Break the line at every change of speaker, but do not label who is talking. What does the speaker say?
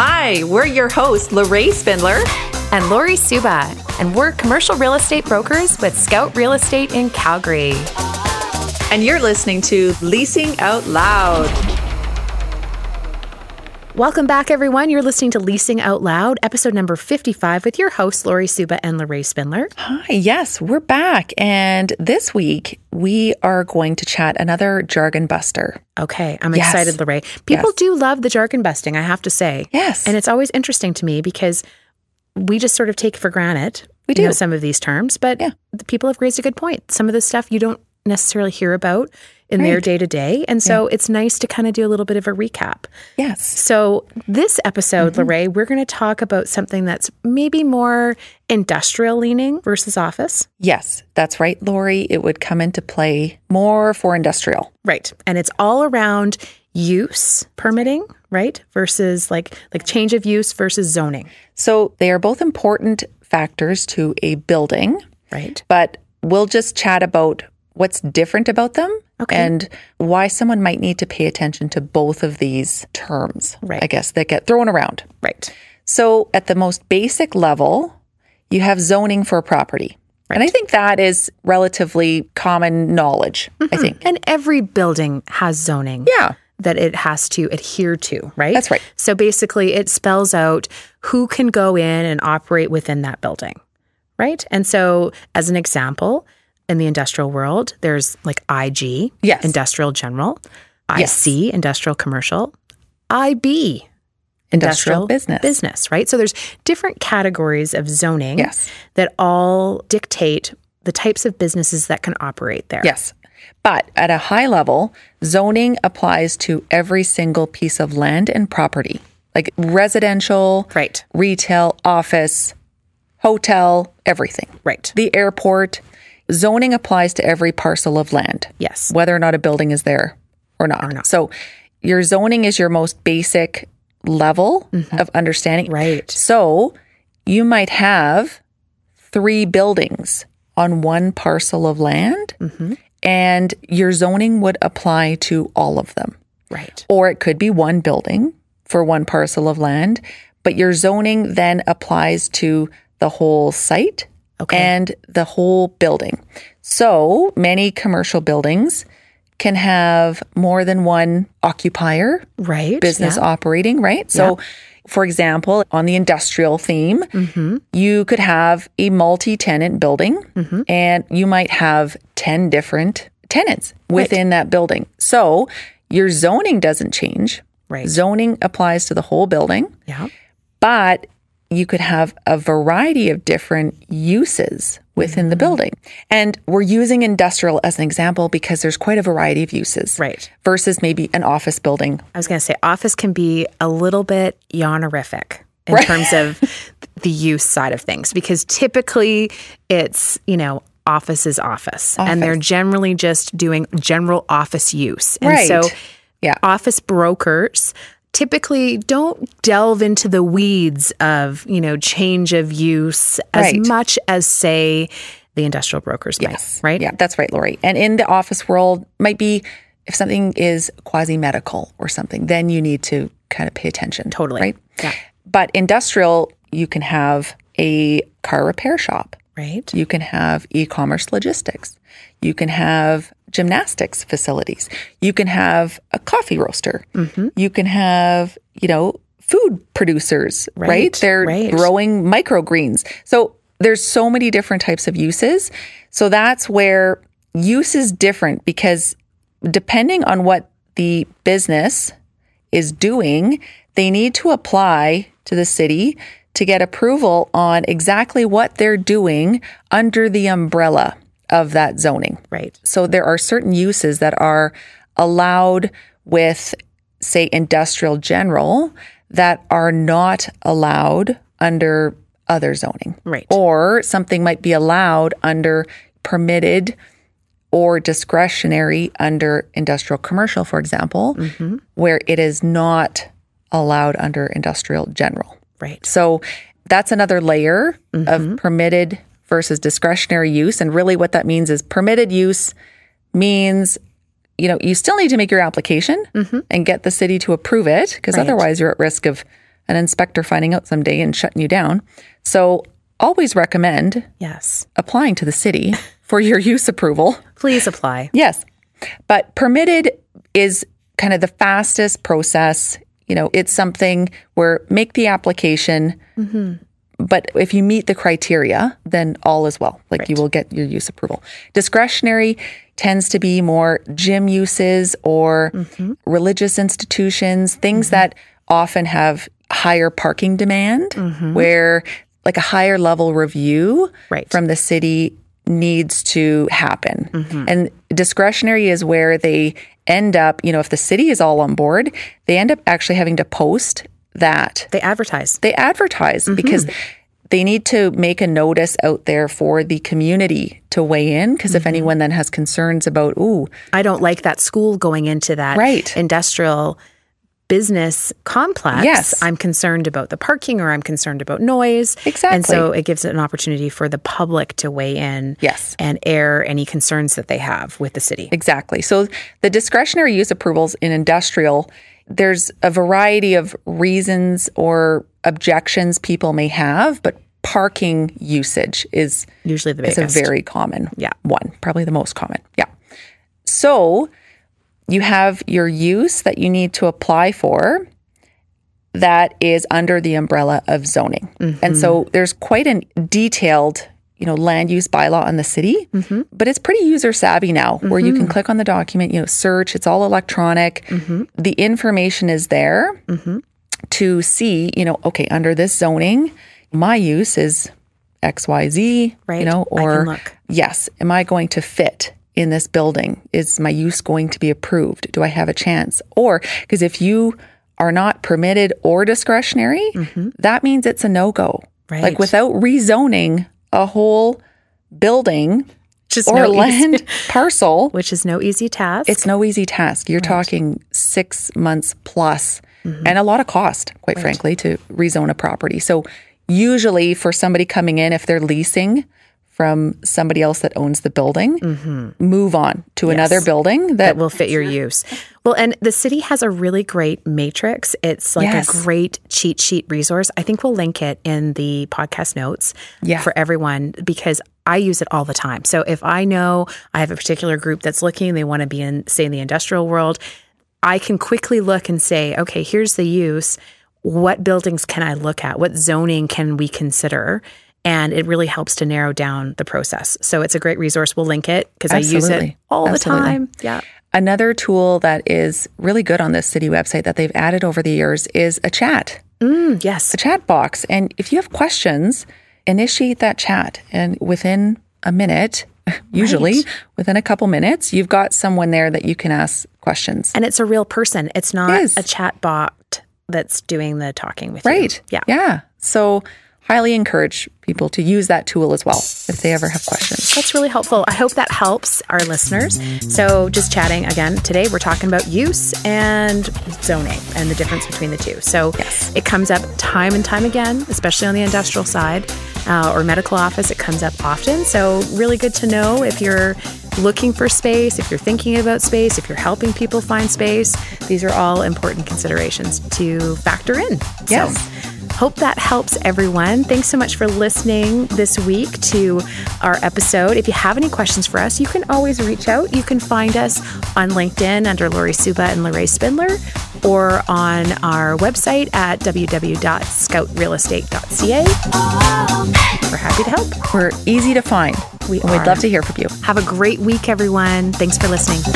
Hi, we're your hosts, Lorraine Spindler.
and Lori Suba, and we're commercial real estate brokers with Scout Real Estate in Calgary.
And you're listening to Leasing Out Loud.
Welcome back, everyone. You're listening to Leasing Out Loud, episode number 55, with your hosts, Lori Suba and Lorraine Spindler.
Hi, yes, we're back. And this week, we are going to chat another jargon buster.
Okay, I'm
Yes.
excited, Lorraine. People
Yes.
do love the jargon busting, I have to say.
Yes.
And it's always interesting to me because we just sort of take for granted
We
you know,
do.
some of these terms, but
Yeah.
the people have raised a good point. Some of the stuff you don't necessarily hear about in their
Right.
day to day. And so it's nice to kind of do a little bit of a recap.
yes.
So, this episode,
Mm-hmm.
Lorraine, we're going to talk about something that's maybe more industrial leaning versus office.
Yes, that's right, Lori. It would come into play more for industrial.
Right. And it's all around use permitting, right? Versus like like change of use versus zoning,
So they are both important factors to a building,
right?
but we'll just chat about what's different about them
Okay.
and why someone might need to pay attention to both of these terms,
Right.
I guess, that get thrown around.
Right.
So, at the most basic level, you have zoning for a property. And I think that is relatively common knowledge,
Mm-hmm.
I think.
And every building has zoning.
Yeah.
that it has to adhere to, right?
That's right.
So basically, it spells out who can go in and operate within that building, right? And so, as an example, in the industrial world, there's like IG,
Yes.
industrial general, IC,
Yes.
industrial commercial, IB,
Industrial business.
business, right? So there's different categories of zoning
Yes.
that all dictate the types of businesses that can operate there.
Yes. But at a high level, zoning applies to every single piece of land and property, like residential,
Right.
retail, office, hotel, everything.
Right.
The airport. Zoning applies to every parcel of land.
Yes.
whether or not a building is there or not. So your zoning is your most basic level of understanding.
Right.
So you might have three buildings on one parcel of land, and your zoning would apply to all of them.
Right.
Or it could be one building for one parcel of land, but your zoning then applies to the whole site
Okay.
and the whole building. So many commercial buildings can have more than one occupier,
Right.
business
Yeah.
operating, right? So, for example, on the industrial theme,
Mm-hmm.
you could have a multi tenant building
Mm-hmm.
and you might have 10 different tenants within that building. So, your zoning doesn't change.
Right.
Zoning applies to the whole building,
Yeah.
but you could have a variety of different uses within
Mm-hmm.
the building. And we're using industrial as an example because there's quite a variety of uses.
Right.
Versus maybe an office building
I was going to say office can be a little bit yawnerific in terms of the use side of things because typically it's, you know, office is office, and they're generally just doing general office use. And
Right.
so
Yeah.
office brokers typically don't delve into the weeds of, you know, change of use as
Right.
much as say the industrial brokers might, right?
Yeah, that's right, Lori. And in the office world, might be if something is quasi medical or something, then you need to kind of pay attention.
Totally.
Right.
Yeah.
But industrial, you can have a car repair shop.
Right?
You can have e commerce logistics. You can have gymnastics facilities. You can have a coffee roaster.
Mm-hmm.
You can have, you know, food producers, right?
Right,
They're
right.
growing microgreens. So there's so many different types of uses. So that's where use is different because depending on what the business is doing, they need to apply to the city to get approval on exactly what they're doing under the umbrella of that zoning.
Right.
So there are certain uses that are allowed with, say, industrial general that are not allowed under other zoning.
Right.
Or something might be allowed under permitted or discretionary under industrial commercial, for example, where it is not allowed under industrial general.
Right.
So that's another layer of permitted versus discretionary use. And really, what that means is permitted use means you know, you still need to make your application and get the city to approve it because otherwise you're at risk of an inspector finding out someday and shutting you down. So always recommend
Yes.
applying to the city for your use approval.
Please apply.
Yes. But permitted is kind of the fastest process. You know, it's something where make the application, but if you meet the criteria, then all is well. Like you will get your use approval. Discretionary tends to be more gym uses or religious institutions, things that often have higher parking demand, where like a higher level review
Right.
from the city needs to happen. And discretionary is where they end up, you know, if the city is all on board, they end up actually having to post that
They advertise.
they advertise
Mm-hmm.
because they need to make a notice out there for the community to weigh in. Because
Mm-hmm.
if anyone then has concerns about, ooh,
I don't like that school going into that
Right.
industrial business complex.
Yes.
I'm concerned about the parking or I'm concerned about noise. And so
Exactly.
it gives an opportunity for the public to weigh in
Yes.
and air any concerns that they have with the city.
Exactly. So the discretionary use approvals in industrial, there's a variety of reasons or objections people may have, but parking usage is
Usually the
is a
biggest.
very common
Yeah.
one, probably the most common. Yeah. So you have your use that you need to apply for that is under the umbrella of zoning. And so
Mm-hmm.
there's quite an detailed, you know, land use bylaw on the city,
Mm-hmm.
but it's pretty user savvy now where you can click on the document, you know, search, it's all electronic.
Mm-hmm.
The information is there to see, you know, okay, under this zoning, my use is XYZ,
Right.
you know,
I can
or
look.
yes, am I going to fit in this building? Is my use going to be approved? Do I have a chance? Or because if you are not permitted or discretionary, that means it's a no go.
Mm-hmm. Right.
Like without rezoning a whole building
Just
or
no easy-
land parcel,
which is no easy task.
it's no easy task. You're talking six months plus and a lot of cost, quite frankly, to rezone a property. So, usually for somebody coming in, if they're leasing from somebody else that owns the building, move on to another building that,
that will fit your use. Well, and the city has a really great matrix. It's like
Yes.
a great cheat sheet resource. I think we'll link it in the podcast notes
Yeah.
for everyone because I use it all the time. So if I know I have a particular group that's looking, they want to be in, say, in the industrial world, I can quickly look and say, okay, here's the use. What buildings can I look at? What zoning can we consider? And it really helps to narrow down the process. So it's a great resource. We'll link it because I use it
Absolutely.
all
Absolutely.
the time. Yeah.
Another tool that is really good on this city website that they've added over the years is a chat.
Mm, Yes.
a chat box. And if you have questions, initiate that chat. And within a minute, usually within a couple minutes, you've got someone there that you can ask questions.
And it's a real person. It's not
It is.
a chat bot that's doing the talking with you.
Right.
Yeah.
Yeah. So, highly encourage people to use that tool as well if they ever have questions.
That's really helpful. I hope that helps our listeners. So, just chatting again today, we're talking about use and zoning and the difference between the two. So, it comes up time and time again, especially on the industrial side uh, or medical office. It comes up often. So, really good to know if you're looking for space, if you're thinking about space, if you're helping people find space. These are all important considerations to factor in.
Yes.
So, Hope that helps everyone. Thanks so much for listening this week to our episode. If you have any questions for us, you can always reach out. You can find us on LinkedIn under Lori Suba and Lorraine Spindler or on our website at www.scoutrealestate.ca. We're happy to help.
We're easy to find.
We
and we'd
are.
love to hear from you.
Have a great week, everyone. Thanks for listening.